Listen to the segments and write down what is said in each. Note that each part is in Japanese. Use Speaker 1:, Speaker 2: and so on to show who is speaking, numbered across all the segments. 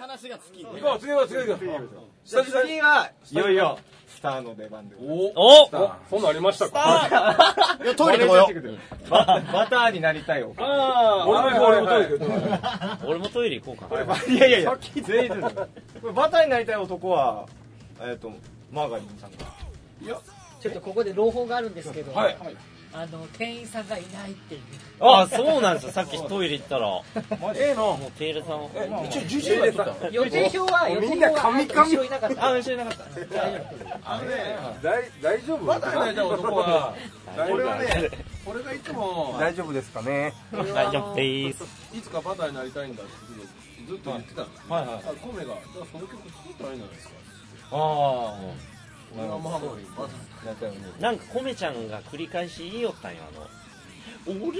Speaker 1: 話が好き
Speaker 2: 行こう、次は次は。久々に。
Speaker 3: 次は、いよいよ、スターの出番で。
Speaker 2: お
Speaker 4: お
Speaker 2: おそんなんありましたか
Speaker 1: いや、トイレでもよ。
Speaker 3: ババターになりたいよ。
Speaker 2: 俺も俺もトイレで
Speaker 4: 俺もトイレ行こうかな。
Speaker 3: いやいやいや、全員これバターになりたい男は、えっと、マーガリンさんが。
Speaker 5: ちょっとここで朗報があるんですけど、
Speaker 2: はい
Speaker 5: あの店員さんがいないっていう
Speaker 4: あ、 そうなんですよ。さっきトイレ行ったら、も
Speaker 2: ええの。
Speaker 4: うペールさんは。
Speaker 2: 一応11位だった
Speaker 5: 予定表は予定
Speaker 2: みん
Speaker 5: 表
Speaker 2: な
Speaker 5: は
Speaker 2: 神々
Speaker 5: あ後ろいなかったあ後ろいなかった大丈夫
Speaker 2: 大丈夫バターになりたい男は、俺はね、俺がいつも、
Speaker 3: 大丈夫ですかね
Speaker 4: 大丈夫でーす。
Speaker 2: いつかバターになりたいんだってずっと言ってたんです
Speaker 3: はいはい。
Speaker 2: あ、コメが、だからその曲作ったらいいんじゃないですか。
Speaker 3: あ
Speaker 2: 俺はマーゴリン、バター。
Speaker 3: あ、なったよね。
Speaker 4: なんかコメちゃんが繰り返し言いよったんよ、あの。俺は、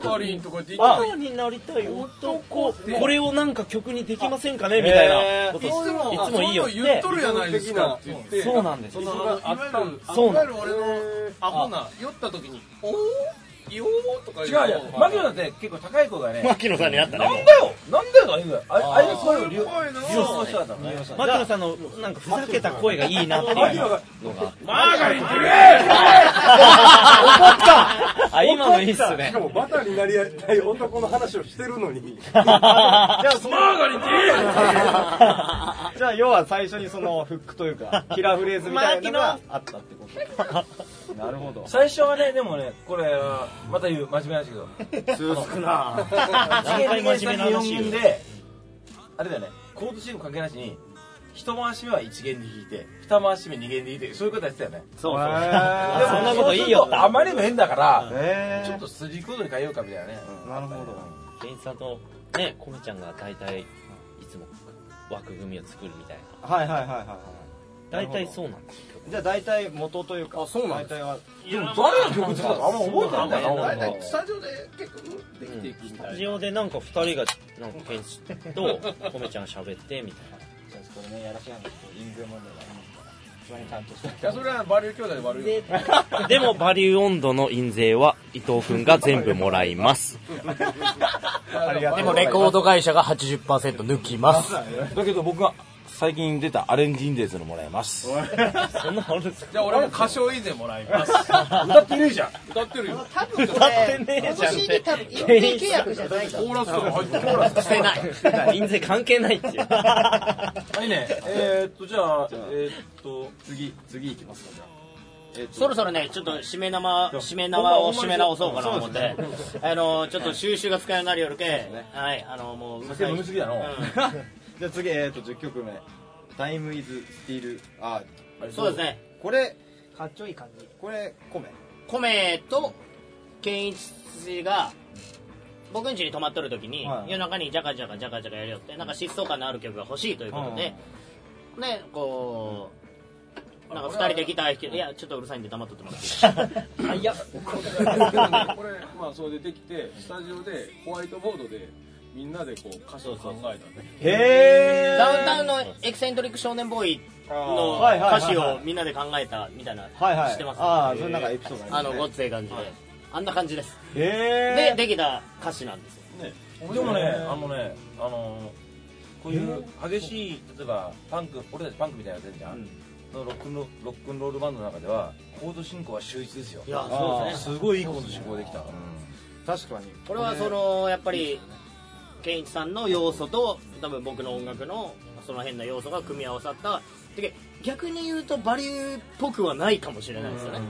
Speaker 2: マーゴリンとかって言
Speaker 4: バ
Speaker 2: っ
Speaker 4: タ
Speaker 2: て
Speaker 4: ーになりたい男
Speaker 2: 男って
Speaker 4: これをなんか曲にできませんかねみたいなこと
Speaker 2: いつも、
Speaker 4: いつもいいよっ
Speaker 2: 言ってとるやないですかって言って、
Speaker 4: そうなんです
Speaker 2: そ
Speaker 4: よ
Speaker 2: のあったん
Speaker 4: そうな
Speaker 2: いわゆ
Speaker 4: ん
Speaker 2: る俺のアホな酔った時に「おおよー」とか
Speaker 6: 違う
Speaker 2: 言
Speaker 6: よ
Speaker 2: う
Speaker 6: マキロだって結構高い子がね
Speaker 4: 牧野さんになったねもう
Speaker 6: なんだよなんだよがいいんだよあれあれの声を利用
Speaker 2: 声の
Speaker 6: 利用の人だったの利用した
Speaker 4: 牧野さんのなんかふざけた声がいいなっていう
Speaker 6: マキロ
Speaker 4: のが
Speaker 6: が
Speaker 2: マーガリン
Speaker 4: あ今のいいっすね
Speaker 2: もバターになりたい男の話をしてるの に
Speaker 3: じゃあ、要は最初にそのフックというか、キラーフレーズみたいなのがあったってこと。なるほど。
Speaker 6: 最初はねでもねこれまた言う真面目なんですけど
Speaker 3: 強くな
Speaker 4: 何回真面目な話言
Speaker 6: 一弦二弦三弦四弦
Speaker 4: う
Speaker 6: であれだよねコード進行関係なしに一回し目は一弦で弾いて二回し目二弦で弾いてそういうことやってたよね
Speaker 4: そうそう
Speaker 3: へ
Speaker 4: そんなこといいよ
Speaker 6: でもそうするとあまりにも変だから
Speaker 3: え
Speaker 6: ちょっとスリーコードに変えようかみたいなね
Speaker 3: なるほど。
Speaker 4: 店員さんとねコメちゃんが大体いつも枠組みを作るみたいな
Speaker 3: はいはいはいはいは
Speaker 4: 大体そうなんです
Speaker 3: い。じゃあ、大体元というか、そうなん大体は、
Speaker 6: でも誰の曲作ったかあんま覚えてないんだよ
Speaker 4: そう
Speaker 6: な
Speaker 4: だ
Speaker 6: 俺
Speaker 4: ね
Speaker 2: スタジオで結構できていくみ
Speaker 4: ス
Speaker 2: た
Speaker 4: タ
Speaker 2: い
Speaker 4: ジオでなんか二人がなんかケンシとコメちゃん喋ってみたいな
Speaker 3: これね、やらしいんですけど、イングマンドが、その辺担当して。
Speaker 2: なそれはバリュー兄弟で悪いよ
Speaker 5: で
Speaker 4: でも、バリュー温度の印税は伊藤くんが全部もらいます。
Speaker 3: ありがとうで
Speaker 2: でもレ
Speaker 4: コード会社が80%抜きます。
Speaker 6: だけど僕が最近出たアレンジインデーズのもらいます
Speaker 4: そんなのあるんです
Speaker 2: じゃあ俺も歌唱以前もらい ます
Speaker 6: 歌ってねえじゃん
Speaker 2: 歌ってるよ
Speaker 5: 多分こ
Speaker 4: 歌ってね
Speaker 5: れ
Speaker 4: え
Speaker 5: こ
Speaker 4: じ
Speaker 5: の
Speaker 4: ゃん
Speaker 5: CD 多分一定契約じゃない
Speaker 2: コ
Speaker 5: から
Speaker 2: ーラスとか入ってコーラス
Speaker 4: してない。 印税関係ないっていう。
Speaker 6: はいねえー、っとじゃあえー、っと
Speaker 3: 次、次行きますか、じゃあ。
Speaker 4: そろそろね、ちょっと締め縄、締め縄を締め直そうかなと思って、あの、ちょっと収集が使えるようになるよるけ、はい、あの、もううるさい、
Speaker 6: 酒飲みすぎだの
Speaker 3: じゃあ次、えーと、10曲目。Time is still art。
Speaker 4: うんそうですね、
Speaker 3: これ、
Speaker 5: かっちょいい感じ
Speaker 3: これ、コメ。
Speaker 4: 米と健一が、僕ん家に泊まっとる時に、
Speaker 3: はい
Speaker 4: 夜中にジャカジャカジャカジャカやるよって、なんか疾走感のある曲が欲しいということで、ね、こう、なんか二人でギター弾ける、いや、ちょっとうるさいんで黙っとってもらっていい
Speaker 5: あいや
Speaker 2: でもねこれまあそれでできてスタジオでホワイトボードでみんなでこう歌詞を考えたね
Speaker 3: へ
Speaker 4: ダウンタウンのエキセントリック少年ボーイの
Speaker 3: はいはいはいは
Speaker 4: 歌
Speaker 3: い
Speaker 4: 詞をみんなで考えたみたいな、
Speaker 3: はいはい。
Speaker 4: 知ってます
Speaker 3: ああ、それなんかエピソードありま
Speaker 4: あ
Speaker 3: すね
Speaker 4: の、ごっつええ感じで、あんな感じです。
Speaker 3: へ
Speaker 4: で、できた歌詞なんですよ。
Speaker 6: でもねあのねあのこういう激しい例えばパンク俺たちパンクみたいなやつやるじゃん、のロックンロロックンロールバンドの中ではコード進行は秀逸ですよ
Speaker 4: いや、
Speaker 3: そ
Speaker 4: そうう
Speaker 3: で
Speaker 4: ですすね。
Speaker 6: すごいいいコード進行できた、
Speaker 3: ー。確かに。
Speaker 4: これはその、やっぱり、ケンイチさんの要素と、多分僕の音楽の、その辺の要素が組み合わさった。で逆に言うと、バリューっぽくはないかもしれないですよね。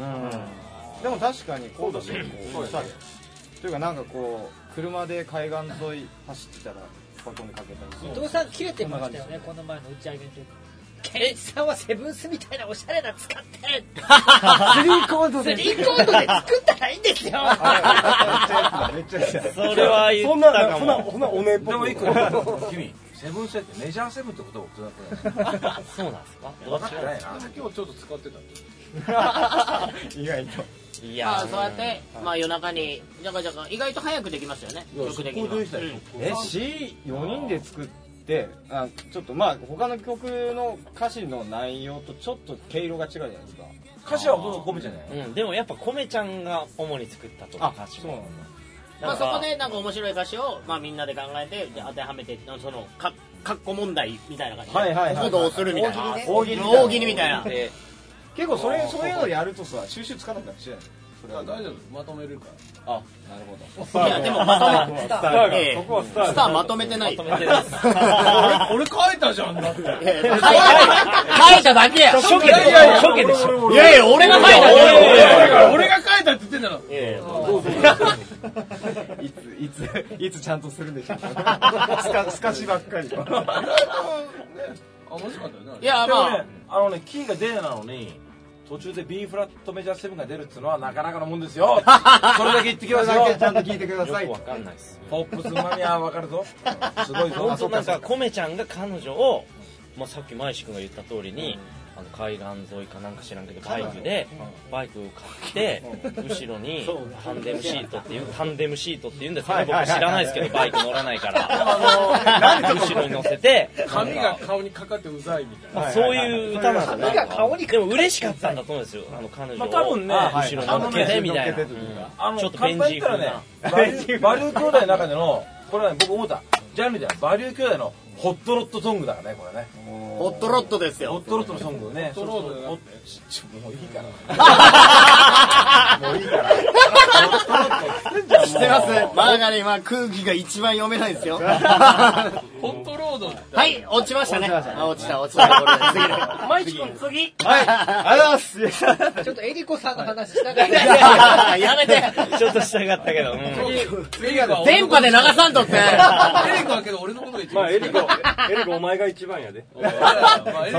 Speaker 3: うん。でも確かに、コード進行。おしゃれ。というか、なんかこう、車で海岸沿い走ってたら、バトンでかけたりす
Speaker 5: 伊
Speaker 3: る。
Speaker 5: 藤さん切れてましたよねこの前の打ち上げの時ケンイチさんはセブンスみたいなおしゃれな使ってスリーコードでスリーコードで作ったらいいんですよ
Speaker 3: あれめっちゃいいじゃんめっちゃいいじゃん。
Speaker 4: それは言ったかも。
Speaker 2: んなおねっ
Speaker 6: でも一個ね君セブンステってメジャーセブンってことを分
Speaker 4: そうなんですか
Speaker 6: かってないな
Speaker 2: 今日ちょっと使ってた
Speaker 3: 意外と。
Speaker 4: いや、まあ、そうやって、まあ夜中に、じゃかじゃか、意外と早くできましたよね。
Speaker 6: いや
Speaker 4: 曲的に
Speaker 6: そこでした
Speaker 4: は。
Speaker 6: よ
Speaker 4: うん
Speaker 3: え C4 人で作ってあちょっとまあ他の曲の歌詞の内容とちょっと毛色が違うじゃないですか
Speaker 6: 歌詞はほとんど込めじゃない
Speaker 4: うん、でもやっぱコメちゃんが主に作ったとか
Speaker 3: あ
Speaker 4: 歌詞
Speaker 3: そうなん
Speaker 4: も
Speaker 3: だ
Speaker 7: まあ、そこでなんか面白い歌詞を、まあ、みんなで考えてで当てはめてそのかカッコ問題みたいな感じで、
Speaker 3: はいはいはい
Speaker 7: ここどうするみたいな
Speaker 3: 大喜利ね
Speaker 7: 大喜利みたいな
Speaker 6: で
Speaker 3: 結構それそういうのやるとさ収集つかなくなっちゃう
Speaker 2: 大丈夫まとめるから
Speaker 7: いやでもまとめ
Speaker 5: スタ
Speaker 3: スタ
Speaker 5: ーが
Speaker 3: ーが
Speaker 7: ええ
Speaker 3: そこはスター
Speaker 7: スターまとめてない
Speaker 6: めてないです
Speaker 2: 俺書いたじゃんだって
Speaker 7: いやいや書いただけや
Speaker 6: 初期でしょ初期でしょ
Speaker 7: いやいや俺が書いた
Speaker 6: 俺俺
Speaker 2: だ
Speaker 7: だ
Speaker 2: から俺が書いたって言ってんだろ
Speaker 7: けいやいや
Speaker 3: いついついつちゃんとするんでしょうすか すかしばっかり
Speaker 2: あ面白かったよねあれ
Speaker 7: いや
Speaker 6: でも
Speaker 7: まあ
Speaker 6: ねあのねキーが出なのに途中で B フラットメジャーセブンが出るっつうのはなかなかのもんですよ それだけ言ってき
Speaker 3: 今
Speaker 6: ま
Speaker 3: 日
Speaker 6: す
Speaker 3: だ
Speaker 6: よ
Speaker 3: けちゃんと聞いてください
Speaker 6: よくわかんないですポップスうまみはわかるぞすごいぞ
Speaker 4: 本当なんかコメちゃんが彼女を、まあ、さっき前石君が言った通りに、あの海岸沿いかなんか知らんけどバイクでバイクを買って後ろにタンデムシートっていうタンデムシートっていうんですけど僕知らないですけどバイク乗らないから後ろに乗せて
Speaker 2: 髪
Speaker 4: なん
Speaker 2: が
Speaker 4: か
Speaker 2: 顔にかかってうざいみたいな
Speaker 4: まあそういう歌なんだ
Speaker 5: 髪が顔にかか
Speaker 4: でも嬉しかったんだと思うんですよあの彼女
Speaker 6: ま
Speaker 4: を
Speaker 6: あ多分ね
Speaker 4: 後ろに乗っけてみたいな
Speaker 3: 乗っけてというか
Speaker 6: あの
Speaker 4: ちょっとベンジー風な
Speaker 6: 簡単に言ったらねバリューバリュー兄弟の中でのこれはね僕思ったジャンルじゃないバリュー兄弟のホットロットソングだからねこれね
Speaker 7: ホットロットです
Speaker 6: ホッ
Speaker 7: よ
Speaker 6: トロットのソングね
Speaker 2: トロットじゃな
Speaker 6: ホ
Speaker 2: く
Speaker 6: ッ
Speaker 2: て
Speaker 6: ちちもういいから
Speaker 3: もういいから
Speaker 7: 知ってますマーガリンは空気が一番読めないですよは
Speaker 2: ホットロードって
Speaker 7: い落ちましたね
Speaker 3: 落ちましたね
Speaker 7: あ落ちた落ちたこれ次の
Speaker 4: マイチ君次
Speaker 3: ありがとうございます
Speaker 5: ちょっとエリコさんの話しながら、
Speaker 7: やめて
Speaker 4: ちょっとしたかったけど、うん
Speaker 2: 次が
Speaker 7: 電波で流さんとって
Speaker 2: エリコはけど俺のこと言って
Speaker 8: まあエ
Speaker 2: コ
Speaker 8: リコ、エリコお前が一番やで。
Speaker 2: さ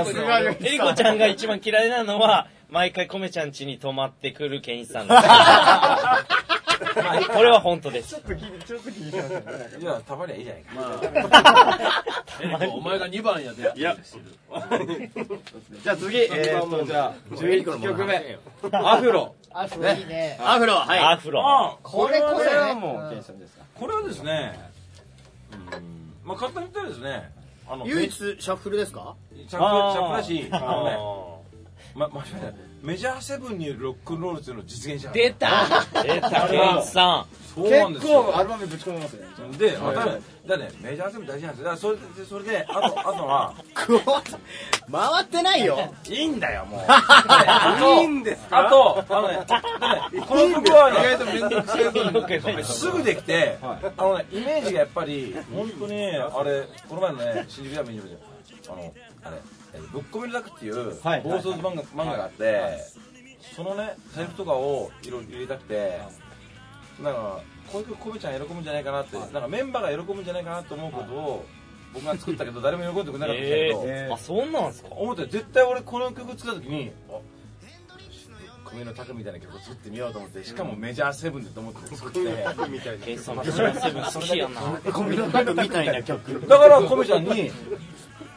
Speaker 2: すが
Speaker 4: えりこちゃんが一番嫌いなのは、毎回コメちゃん家に泊まってくるケンイチさんです これは本当です。
Speaker 6: いやたまにはいいじゃないか
Speaker 2: お前が2番やで
Speaker 8: いや、
Speaker 3: じゃあ次えーとじゃあ11曲目アフロ
Speaker 5: あ、そういいね。
Speaker 7: アフロはい
Speaker 4: アフロ。
Speaker 6: あ
Speaker 5: これこ
Speaker 3: こ
Speaker 5: そ
Speaker 3: れは
Speaker 5: ね。
Speaker 3: もうケンさんですか
Speaker 6: これはですねうんまあ簡単に言ったらですねあの
Speaker 7: 唯一シャッフルですか
Speaker 6: めちゃくちゃだしあのね
Speaker 8: あ
Speaker 6: ま、間違いないメジャーセブンによるロックンロールっていうのを実現した
Speaker 4: 出た出た、ケンイチさ
Speaker 6: そうなんで
Speaker 3: 結
Speaker 6: すよ
Speaker 3: 構アルバムぶち込みますね
Speaker 6: で、わかるだね、メジャーセブン大事なんですよだからそれでそれであとあとは
Speaker 7: クオー回ってないよ
Speaker 6: いいんだよもういいんです かあとあのねだねこの曲はね
Speaker 4: ん。よくないです
Speaker 6: すぐできて、あのねイメージがやっぱり本当にあれこの前のね新宿でもいいんであのあれえぶっこみのダクっていう暴
Speaker 3: はい
Speaker 6: 走漫画,、漫画があって、そのね財布とかをいろいろ入れたくてなんかこういう曲コメちゃん喜ぶんじゃないかなって、なんかメンバーが喜ぶんじゃないかなと思うことを僕が作ったけど誰も喜んでくれなかったんだけど、
Speaker 4: えーあ、そうなんですか
Speaker 6: 思って絶対俺この曲作った時にあ米のタクみたいな曲を作ってみようと思ってしかもメジャーセブンでと思って作ってだか
Speaker 4: ケンイチさん、メジャーセブン好きやな。
Speaker 7: コミのタクみたいな曲
Speaker 6: ら米ちゃんに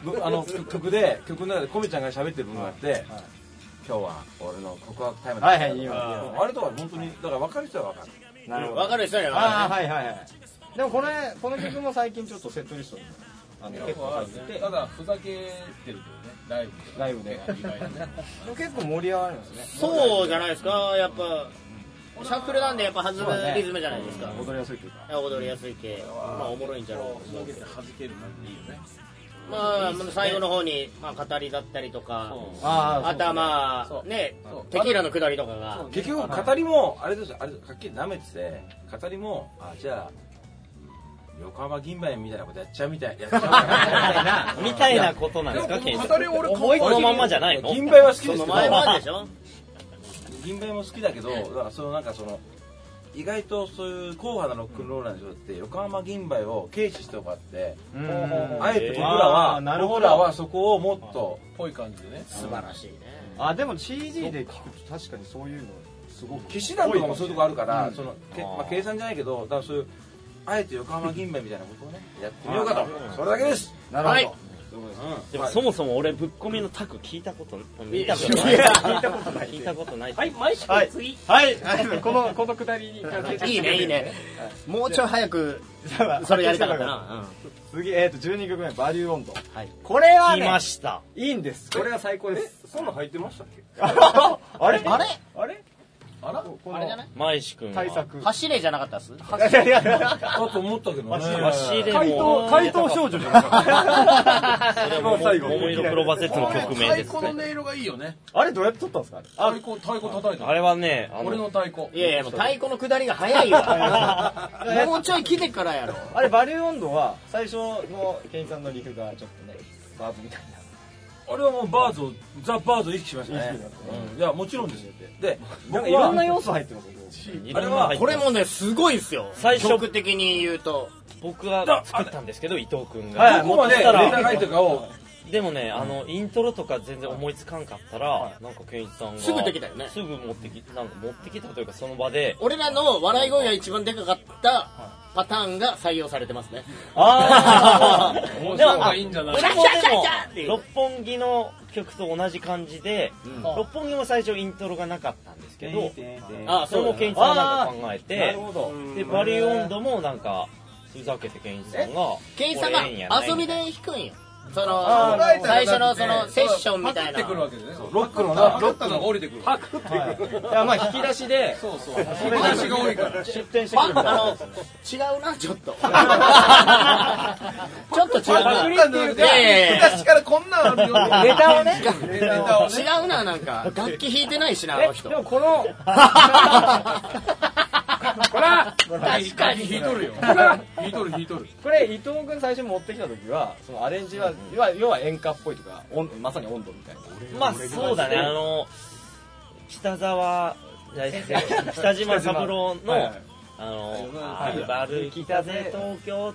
Speaker 6: ぶあの曲曲で曲の中で米ちゃんが喋ってる部分があって、今日は俺の告白タイムだ
Speaker 3: はいはいいいよ
Speaker 6: あれとか本当にだから分かる人は分かる
Speaker 3: なるほど
Speaker 7: わかる人には
Speaker 3: ああはいはいはいでもこれこの曲も最近ちょっとセットリストにあの結構入ってて
Speaker 2: ただふざけてるけどねライブ で
Speaker 3: ライブで
Speaker 2: 意外にね
Speaker 3: 結構盛り上がりますね
Speaker 7: そうじゃないですかやっぱシャッフルなんでやっぱ弾むリズムじゃないですか
Speaker 3: 踊りやすいというか
Speaker 7: 踊りやすい系まあおもろいんじゃろうと思うけど
Speaker 2: 弾ける感じいいよね
Speaker 7: まあ最後の方にまあ語りだったりとか
Speaker 3: あ
Speaker 7: あとはまあねテキーラの下りとかが
Speaker 6: 結局語りもあれですよあれですはっきり舐めてて語りもあじゃあうん横浜銀杯みたいなことやっちゃうみたいやっちゃうみたいな
Speaker 4: みたいなことなんですか、ケンイチさん。
Speaker 2: れ俺
Speaker 4: 思いこのまんまじゃないの
Speaker 6: 銀杯は好き
Speaker 7: そ
Speaker 6: です
Speaker 7: の
Speaker 6: けど
Speaker 7: 前もあるでしょ
Speaker 6: 銀杯も好きだけどだからそのなんかその意外とそういう硬派なロックンローラーの人って横浜銀杯を軽視しておかってあえて僕ら
Speaker 3: あー
Speaker 6: は
Speaker 3: なるほど
Speaker 6: 僕らはそこをもっと
Speaker 2: ぽい感じでね
Speaker 7: 素晴らしいね
Speaker 3: あでも CD で聞くと確かにそういうのすごく
Speaker 6: 騎士団とかもそういうとこあるからそのけまあ計算じゃないけどだからそういうあえて横浜銀杯みたいなことをねやってみようかとそれだけです
Speaker 3: な
Speaker 7: はい
Speaker 3: るほ
Speaker 4: でもそもそも俺、ぶっこみのタク聞いたこと、見たことない。聞いたことない。はい、毎週次。
Speaker 3: どはいはい このこのくだりに関係
Speaker 7: いいねいいねもうちょい早くそれやりたかったな
Speaker 3: 次えっと12曲目バリュー温度
Speaker 7: これは
Speaker 4: 来ました。
Speaker 3: いいんですこれは最高です
Speaker 8: そんなん入ってましたっけ
Speaker 3: あれ
Speaker 7: あれ
Speaker 8: あれ
Speaker 6: あら
Speaker 3: この
Speaker 7: あれじゃない
Speaker 4: 舞志くんは
Speaker 3: 対策
Speaker 7: 走れじゃなかったっ す
Speaker 3: いやいやいや
Speaker 6: だと思ったけどね。
Speaker 4: 走れも
Speaker 3: 怪盗怪盗少女じゃなかった
Speaker 4: それもも桃色クローバー Z の曲名
Speaker 2: 太
Speaker 4: です
Speaker 2: 鼓の音
Speaker 4: ね
Speaker 2: 色がいいよね。
Speaker 3: あれどうやって撮ったんですか
Speaker 2: 太鼓、太鼓叩いて
Speaker 4: あ
Speaker 2: る。
Speaker 4: れはねあ
Speaker 2: 俺の
Speaker 4: の
Speaker 2: 太鼓。
Speaker 7: いやいやもう太鼓の下りが早いわもうちょい来てからやろ
Speaker 3: あれバリュー温度は最初のケンさんのリフがちょっとねバーブみたいな
Speaker 6: あれはもうバーズを、ザ・バーズを意識しましたね。うんいや、もちろんですよ。で、僕
Speaker 3: いろんな
Speaker 6: は、
Speaker 3: 要素入ってますよ
Speaker 4: い
Speaker 6: あ
Speaker 4: ろ
Speaker 6: れ
Speaker 4: んな
Speaker 6: は
Speaker 4: 入っ
Speaker 7: こ
Speaker 4: て
Speaker 7: れ
Speaker 4: ます
Speaker 7: もねすごいんすよ
Speaker 4: 最初
Speaker 7: 曲的に言うと
Speaker 4: 僕が作ったんですけど伊藤君が、
Speaker 6: どこま
Speaker 4: 持っ
Speaker 6: でレ
Speaker 4: て
Speaker 6: ー
Speaker 4: た
Speaker 6: ダー
Speaker 4: ら
Speaker 6: がいとかを、
Speaker 4: でもねあのイントロとか全然思いつかんかったら、なんか健一さんが
Speaker 7: すぐできたよね
Speaker 4: すぐ持ってきなんか持ってきたというかその場で
Speaker 7: 俺らの笑い声が一番でかかったパターンが採用されてますね
Speaker 4: あ
Speaker 2: ー
Speaker 4: でも
Speaker 2: 面白いがいいんじゃない
Speaker 4: 俺もでも
Speaker 7: シャッシャッシャッシャッっていう
Speaker 4: 六本木の曲と同じ感じで、六本木も最初イントロがなかったんですけど、
Speaker 7: あ
Speaker 4: それも健一さんがなんか考えて
Speaker 6: ど
Speaker 4: でバリュー温度もなんかふざけて健一さんが
Speaker 7: ケイさん
Speaker 4: こ
Speaker 7: が
Speaker 4: れええんやない
Speaker 7: 遊びで弾くんよその
Speaker 3: あー
Speaker 7: 最初のそのセッションみたい
Speaker 2: パクって
Speaker 7: な
Speaker 2: くるわけでね。
Speaker 6: ロックの
Speaker 2: パ
Speaker 6: な、
Speaker 2: クったのが降りてくる。
Speaker 3: いやまあ引き出しで
Speaker 2: そうそう。話が多いから。
Speaker 3: 出店して
Speaker 7: パ
Speaker 3: くるみたいな
Speaker 7: あの違うなちょっとちょっと違うな
Speaker 2: て
Speaker 7: いやいやいや
Speaker 2: 昔からこんなんあるよ。
Speaker 3: ネタをね
Speaker 2: ネタをね。
Speaker 7: 違うななんか楽器弾いてないしなあの人
Speaker 3: でもこの
Speaker 2: ほら確かに引いとるよ。ほら引いとる引い とる。
Speaker 3: これ伊藤君最初持ってきた時はそのアレンジは要は要は演歌っぽいとか温まさに温度みたいな
Speaker 4: まあそうだねあの北沢いや失礼北島三郎の、
Speaker 3: はいはい
Speaker 4: あのあー歩き風東京、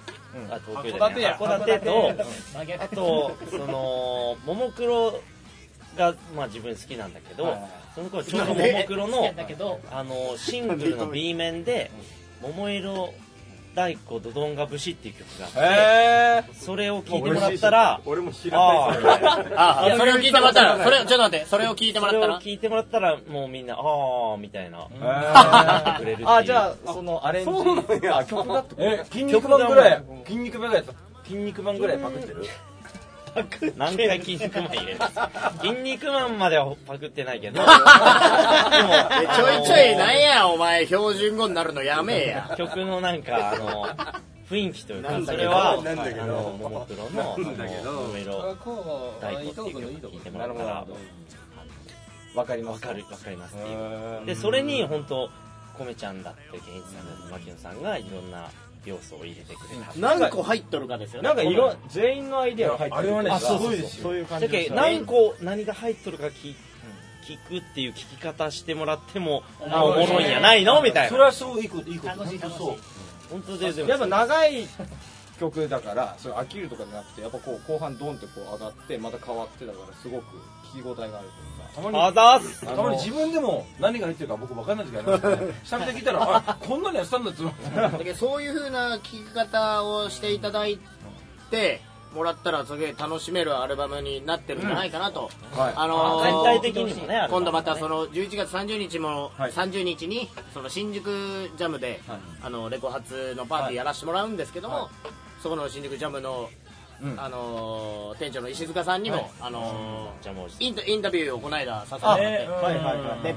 Speaker 4: あ東京じゃ
Speaker 2: 函館
Speaker 4: ない
Speaker 2: や
Speaker 4: 函館と
Speaker 5: 真
Speaker 4: あ
Speaker 5: 逆
Speaker 4: とそのももクロがまあ自分好きなんだけど、
Speaker 3: はいはい
Speaker 4: その頃ちょうどももクロ
Speaker 5: 好きな
Speaker 4: の
Speaker 5: んだけど
Speaker 4: あのシングルの B 面で「桃色大鼓ドドンガ節」っていう曲があって
Speaker 3: へえ
Speaker 4: それを聴いてもらったら
Speaker 8: 俺も知ら
Speaker 4: あ
Speaker 8: ないです
Speaker 4: あ
Speaker 7: あそれを聞いてもらったらそれちょっと待ってそれを聞いても
Speaker 4: そ
Speaker 7: ら
Speaker 4: れ
Speaker 7: った
Speaker 4: を
Speaker 7: ら
Speaker 4: 聞いてもらったらもうみんなああみたいな
Speaker 3: あ
Speaker 4: くれるっていう
Speaker 3: じゃあそのアレンジあ曲がって
Speaker 6: え、筋肉マンぐらい、筋肉マンぐらい、筋肉マンぐらいパクってる
Speaker 4: 何回筋肉マン入れるん ですか筋肉マンまではパクってないけどでも
Speaker 7: えちょいちょいなんやお前標準語になるのやめえ や
Speaker 4: 曲のなんかあの雰囲気という
Speaker 7: な
Speaker 4: か
Speaker 7: んだ
Speaker 4: そ
Speaker 7: け
Speaker 4: れ
Speaker 7: ど
Speaker 4: はあ
Speaker 8: なんだけど
Speaker 4: のももクロの「
Speaker 8: なんだけど
Speaker 4: ももいろ
Speaker 2: こ
Speaker 4: 大鼓」っていう曲を聴いてもらったら
Speaker 3: わかりま
Speaker 4: わ
Speaker 3: す
Speaker 4: かるわかりますっていう
Speaker 3: へ
Speaker 4: でそれに本当コメちゃんだってケンイチさんだって牧野さんがいろんな要素を入れてくれた
Speaker 7: 何個入っとるかですよね
Speaker 3: なんか色全員のアイデアが入ってる
Speaker 6: あれはね
Speaker 3: そう
Speaker 6: すご
Speaker 3: そう
Speaker 6: いで
Speaker 3: そう
Speaker 6: すよ
Speaker 3: そういう感
Speaker 4: だ
Speaker 3: じ
Speaker 4: け
Speaker 3: で
Speaker 4: ど何個何が入っとるか聞聞くっていう聞き方してもらってもあおもろいんやないのみたい
Speaker 6: それ
Speaker 4: な
Speaker 6: はすごいいいこと、いいこと。
Speaker 5: 楽しい楽しい
Speaker 6: そう。
Speaker 4: 本当ででも
Speaker 3: やっぱ長い曲だからそれ飽きるとかじゃなくてやっぱこう後半ドンってこう上がってまた変わってだからすごく聞き応えがある
Speaker 6: たまに
Speaker 4: あざーす
Speaker 3: というか
Speaker 6: たまに自分でも何が入ってるか僕分かんない時ありますよね久々に聞いたらあこんなのやってたんだっつうの
Speaker 7: だけどそういう風な聴き方をしていただいてもらったらすげえ楽しめるアルバムになってるんじゃないかなと、
Speaker 3: はい
Speaker 7: あのー
Speaker 4: 全体的にもねあれだからね
Speaker 7: 今度またその11月30日も、
Speaker 3: はい
Speaker 7: 30日にその新宿ジャムで、あのレコ発のパーティーやらせてもらうんですけども、そこの新宿ジャムの、
Speaker 3: うん
Speaker 7: あのー店長の石塚さんにも、あのー
Speaker 4: じゃあもう一
Speaker 7: インタインタビューをこの間させてもらって、
Speaker 3: はいはいはい
Speaker 7: で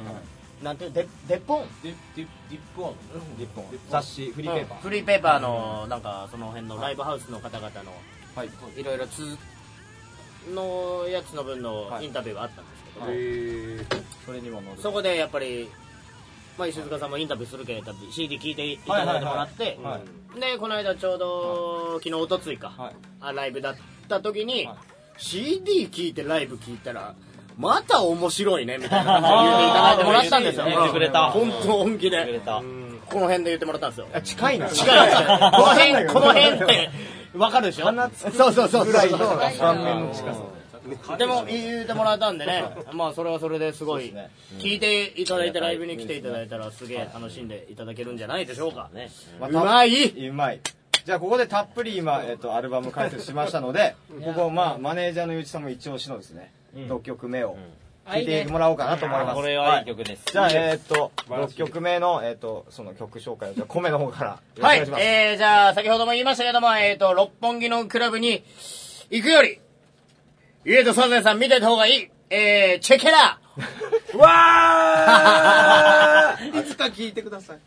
Speaker 7: なんていうででっぽん
Speaker 6: ディップオン
Speaker 3: 日本雑誌フリーペーパー
Speaker 7: フリーペーパーのなんかその辺のライブハウスの方々の
Speaker 3: はい
Speaker 7: いろいろつのやつの分のインタビューがあったんですけど、
Speaker 3: それにも載る
Speaker 7: そこでやっぱり、まあ、石塚さんもインタビューするけど CD 聞いていただいてもらって、
Speaker 3: はい
Speaker 7: でこの間ちょうど、昨日おとついか、
Speaker 3: はい
Speaker 7: あライブだった時に、
Speaker 3: はい
Speaker 7: CD 聞いてライブ聞いたらまた面白いねみたいな感じで言っていただいてもらったんですよ
Speaker 4: 言ってくれた
Speaker 7: 本当本気
Speaker 4: くれ
Speaker 7: で
Speaker 4: た
Speaker 7: この辺で言ってもらったんですよ
Speaker 3: 近いな
Speaker 7: 違う違うこの辺この辺ってわかるでしょそうそうそうそう
Speaker 3: ぐらいの顔面の近さ
Speaker 7: でも言うてもらったんでねまあそれはそれですごい聞いていただいてライブに来ていただいたらすげえ楽しんでいただけるんじゃないでしょうか
Speaker 4: ね
Speaker 3: ま
Speaker 7: う
Speaker 3: た
Speaker 7: まいう
Speaker 3: まいじゃあここでたっぷり今、えっと、アルバム解説しましたのでここ、まあ、マネージャーのゆうちさんも一押しのですね、6曲目を聴いてもらおうかなと思います、
Speaker 4: これはいい曲です
Speaker 3: じゃあ、えーっと、6曲目の、えーっと、その曲紹介を、じゃあ、米の方から、よろしくお
Speaker 7: は
Speaker 3: 願
Speaker 7: い
Speaker 3: いします。
Speaker 7: えー、じゃあ先ほども言いましたけどもえっ、と六本木のクラブに行くより家とサザエさん見てた方がいいえー、チェケラ
Speaker 6: わーいつか聞いてください。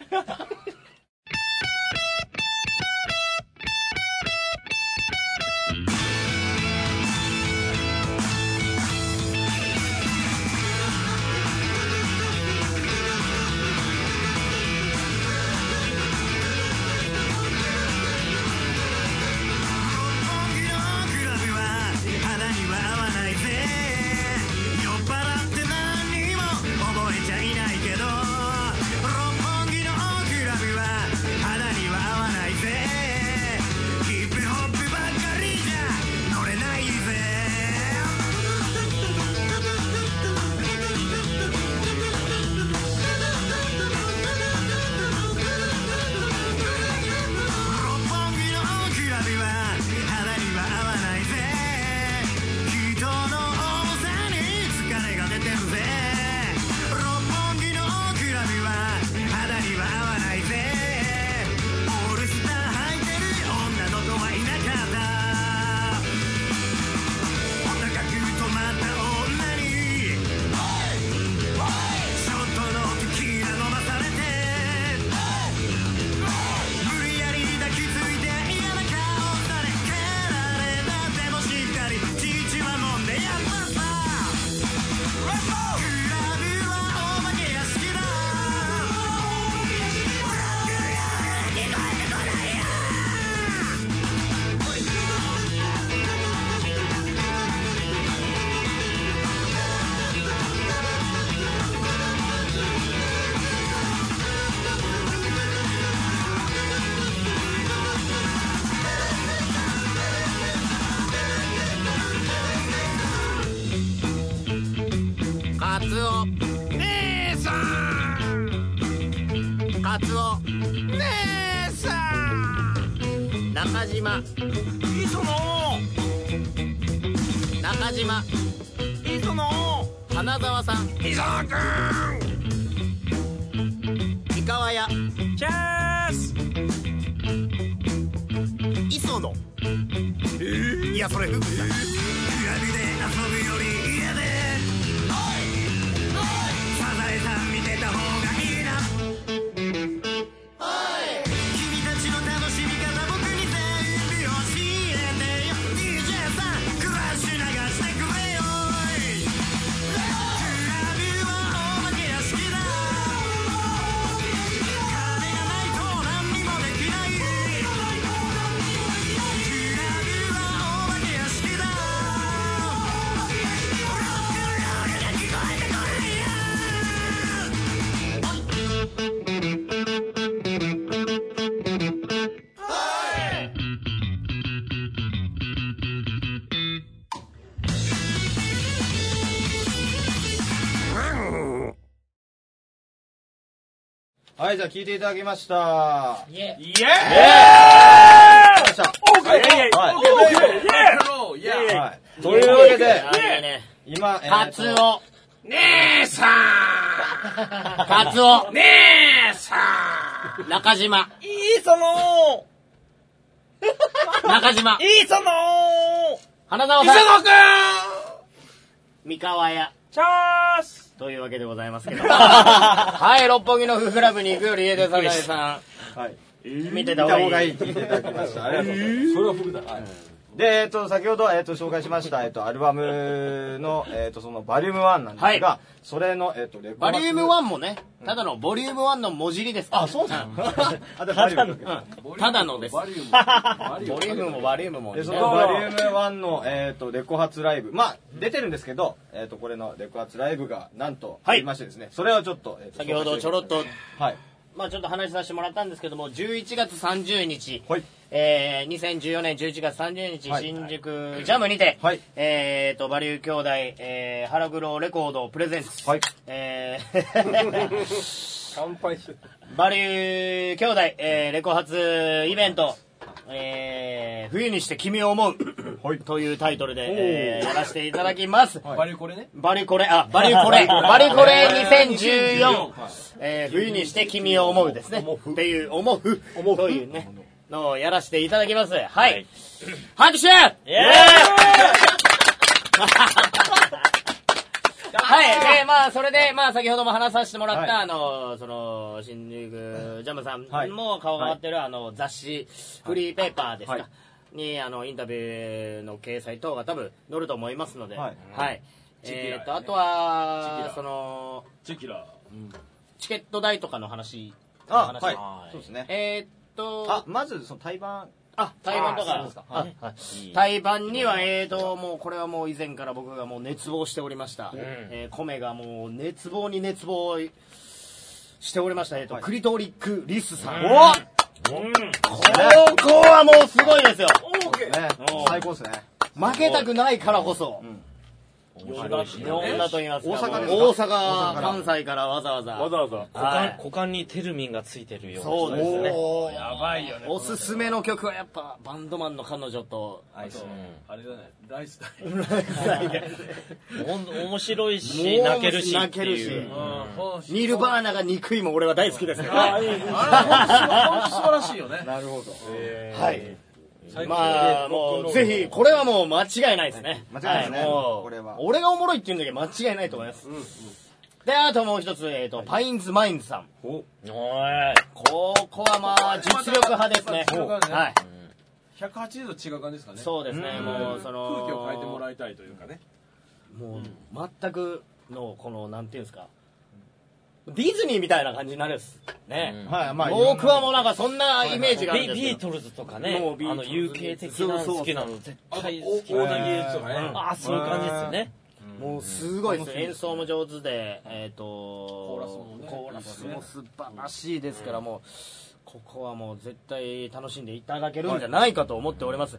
Speaker 9: カツオ姉さんカツオ姉さん中島磯野中島磯野花沢さん磯野くん三河屋チャース磯野いやそれふぐさん
Speaker 3: はい、じゃあ聞いていただきました。
Speaker 5: いえ
Speaker 9: イエ
Speaker 2: いやいや
Speaker 3: はい。というわけで、
Speaker 7: いいね
Speaker 3: 今、えーと
Speaker 7: カツオ
Speaker 9: ー姉さん
Speaker 7: カツオ
Speaker 9: 姉さ
Speaker 7: 中島
Speaker 4: いいその
Speaker 7: 中島
Speaker 4: いいその
Speaker 7: 花沢さん磯野くん三河屋
Speaker 4: チャース
Speaker 7: というわけでございますけ どはい六本木のフクラブに行くより家出酒井さ
Speaker 3: はい。
Speaker 7: ん見て
Speaker 3: 見
Speaker 7: た
Speaker 3: た
Speaker 7: 方
Speaker 3: 方
Speaker 7: が
Speaker 3: が
Speaker 7: い
Speaker 3: いい
Speaker 7: い
Speaker 3: って言っていただきました。ありがとうございます。それは僕だ。はい。で、えっと、先ほど、えっと、紹介しました、えっと、アルバムの、えっと、その、バリューム1なんですが、それの、えっと、レコ
Speaker 7: バ
Speaker 3: マス
Speaker 7: リューム1 もねただのボリューム1の文字入りですあそうなの
Speaker 3: あ、で、バリュームだ
Speaker 7: ただのです
Speaker 2: バリュームバリュー
Speaker 7: ボリュームもバリュームも
Speaker 3: で、
Speaker 7: ね
Speaker 3: そのバリューム1の、えっと、レコ発ライブ。まあ、出てるんですけど、えっと、これのレコ発ライブが、なんと、
Speaker 7: はい
Speaker 3: ありましてですね、それをちょっと、えっと
Speaker 7: 先ほどちょろっ。と
Speaker 3: はい。
Speaker 7: まあちょっと話させてもらったんですけども11月30日
Speaker 3: はい。
Speaker 7: えー、2014年11月30日、
Speaker 3: はい
Speaker 7: 新宿ジャムにて、
Speaker 3: はい
Speaker 7: えーと、バリュー兄弟、えー、腹黒レコードプレゼンツ、
Speaker 3: はい。
Speaker 7: えー、
Speaker 2: 乾杯して
Speaker 7: バリュー兄弟、えー、レコ発イベント、えー、冬にして君を思う、というタイトルで、えー、やらせていただきます。
Speaker 2: バリューこれね
Speaker 7: バリューコレ、あ、バリュー コレ、バリューコレ2014、えー、冬にして君を思うですね。っていう、思う、というね、のをやらせていただきます。はい。拍手
Speaker 4: イエーイ
Speaker 7: はい。で、まあ、それで、まあ、先ほども話させてもらった、あの、その、新宿ジャムさんも顔が上がってる、あの、雑誌、フリーペーパーです
Speaker 3: はい
Speaker 7: か。に、あの、インタビューの掲載等が多分載ると思いますので、
Speaker 3: は
Speaker 7: はいい。
Speaker 2: チキラーね
Speaker 7: えっと、あと
Speaker 2: チキラ
Speaker 7: は
Speaker 2: ー、
Speaker 7: その、
Speaker 2: チェキラ
Speaker 7: チケット代とかの話。
Speaker 3: あ
Speaker 7: 話
Speaker 3: はいそうですね
Speaker 7: えーっ
Speaker 3: あ
Speaker 7: と、
Speaker 3: まずその対バン
Speaker 7: あ、対バンと
Speaker 3: あそうです
Speaker 7: か
Speaker 3: か。
Speaker 7: あ
Speaker 3: はい
Speaker 4: いい
Speaker 7: 対バンには、えーと、もうこれはもう以前から僕がもう熱望しておりました。えー米がもう熱望に熱望しておりました。えーと、クリトリック・リスさん。こ
Speaker 3: お
Speaker 7: こはもうすごいですよ。
Speaker 3: ね最高ですね
Speaker 7: 負けたくないからこそ。
Speaker 4: 面白いしね
Speaker 7: 女と言いますか。
Speaker 3: 大阪ですか
Speaker 7: もう大
Speaker 3: 大阪から
Speaker 7: 阪、関西からわざわざ。
Speaker 2: ー。わざわざ。
Speaker 4: 股間股間にテルミンがついてるような
Speaker 7: そうですね。
Speaker 2: やばいよね。
Speaker 7: おすすめの曲はやっぱバンドマンの彼女と
Speaker 2: あと、あれだね、ライスだね。
Speaker 4: おん面白いし泣けるしっていう
Speaker 7: 泣けるし
Speaker 2: 本
Speaker 7: ニルバーナが憎いも俺は大好きですよ。
Speaker 2: 当素晴らしいよね。
Speaker 3: なるほど
Speaker 7: はい。まあ、もう、ぜひ、これはもう間違いないですね。
Speaker 3: 間違いないですね
Speaker 7: はもう
Speaker 3: これは
Speaker 7: 俺がおもろいって言うんだけど、間違いないと思います。で、あともう一つ、えっと、パインズマインズさん。
Speaker 4: おい
Speaker 7: ここはまあ、実力派ですね。
Speaker 2: 実力派ね
Speaker 7: はい。
Speaker 2: 180度違う感じですかね。
Speaker 7: そうですね、もう、そ
Speaker 2: 空
Speaker 7: の、
Speaker 2: 気を変えてもらいたいというかね。
Speaker 7: もう、全くの、この、なんていうんですか。ディズニーみたいな感じになるんです。ね。
Speaker 3: はいまあ
Speaker 7: 僕はもうなんかそんなイメージがある
Speaker 4: ビ
Speaker 7: んです
Speaker 4: ビ
Speaker 7: け
Speaker 4: ー
Speaker 7: ど。
Speaker 4: トルズとかね
Speaker 7: もうビー
Speaker 4: あ
Speaker 7: ト
Speaker 4: の
Speaker 7: ルズ
Speaker 4: 有形的なの好きなの絶対好き
Speaker 6: 大
Speaker 4: な
Speaker 6: 竹とかね、
Speaker 4: ああそういう感じですよね
Speaker 7: もうすごいです演奏も上手で、えっ、
Speaker 2: ー
Speaker 7: と
Speaker 2: ラスもね
Speaker 7: コーラスも素晴らしいですから、もう、ここはもう絶対楽しんでいただけるんじゃないかと思っております。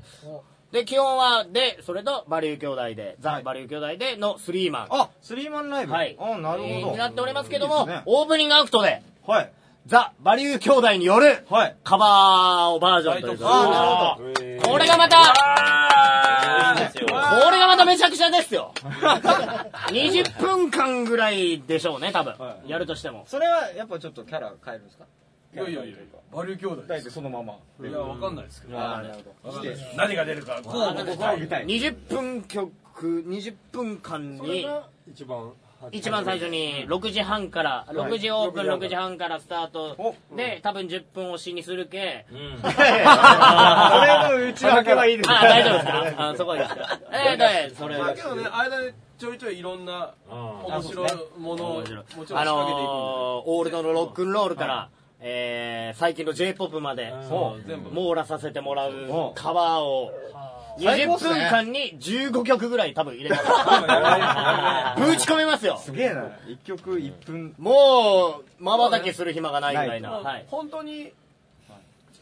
Speaker 7: で、基本は、で、それと、バリュー兄弟で、ザ・バリュー兄弟でのスリーマン。
Speaker 3: あスリーマンライブ
Speaker 7: はい。
Speaker 3: あなる
Speaker 7: えー
Speaker 3: ほ
Speaker 7: に
Speaker 3: ど
Speaker 7: なっておりますけども、
Speaker 3: いいですね
Speaker 7: オープニングアクトで、
Speaker 3: はい
Speaker 7: ザ・バリュー兄弟による、
Speaker 3: はい
Speaker 7: カバーをバージョンということで
Speaker 3: あ
Speaker 8: なるほど
Speaker 7: これがまた、
Speaker 4: いいですよ
Speaker 7: これがまためちゃくちゃです よ20分間ぐらいでしょうね多分、やるとしても
Speaker 3: それはやっぱちょっとキャラ変えるんですか
Speaker 2: いやいやいや、バリュー兄弟
Speaker 3: 大
Speaker 2: で
Speaker 3: 体そのまま
Speaker 2: す。いや、わかんないですけど。
Speaker 3: ああなるほどして
Speaker 2: 何が出るか、こうも
Speaker 3: こう見 たい
Speaker 7: 20分曲20分間に
Speaker 8: 一番
Speaker 7: 一番最初に6時半から6時オープン6時半からスタートで多分10分押しにするけ
Speaker 3: それのうちだけはいいです
Speaker 7: あ大丈夫ですかあそこです かええそれ
Speaker 2: まあけどね、間でちょいちょいいろんな面白いものを、もちろん仕掛けていくんで。
Speaker 7: あのー、オールドのロックンロールから、えー最近の J-POP まで、
Speaker 2: そう全部
Speaker 7: 網羅させてもらうカバーを、20分間に15曲ぐらい多分入れます。ぶち込めますよ。
Speaker 3: すげえな一曲一分
Speaker 7: もう、瞬きする暇がないぐらいな。
Speaker 2: もう
Speaker 7: はい。
Speaker 2: 本当に、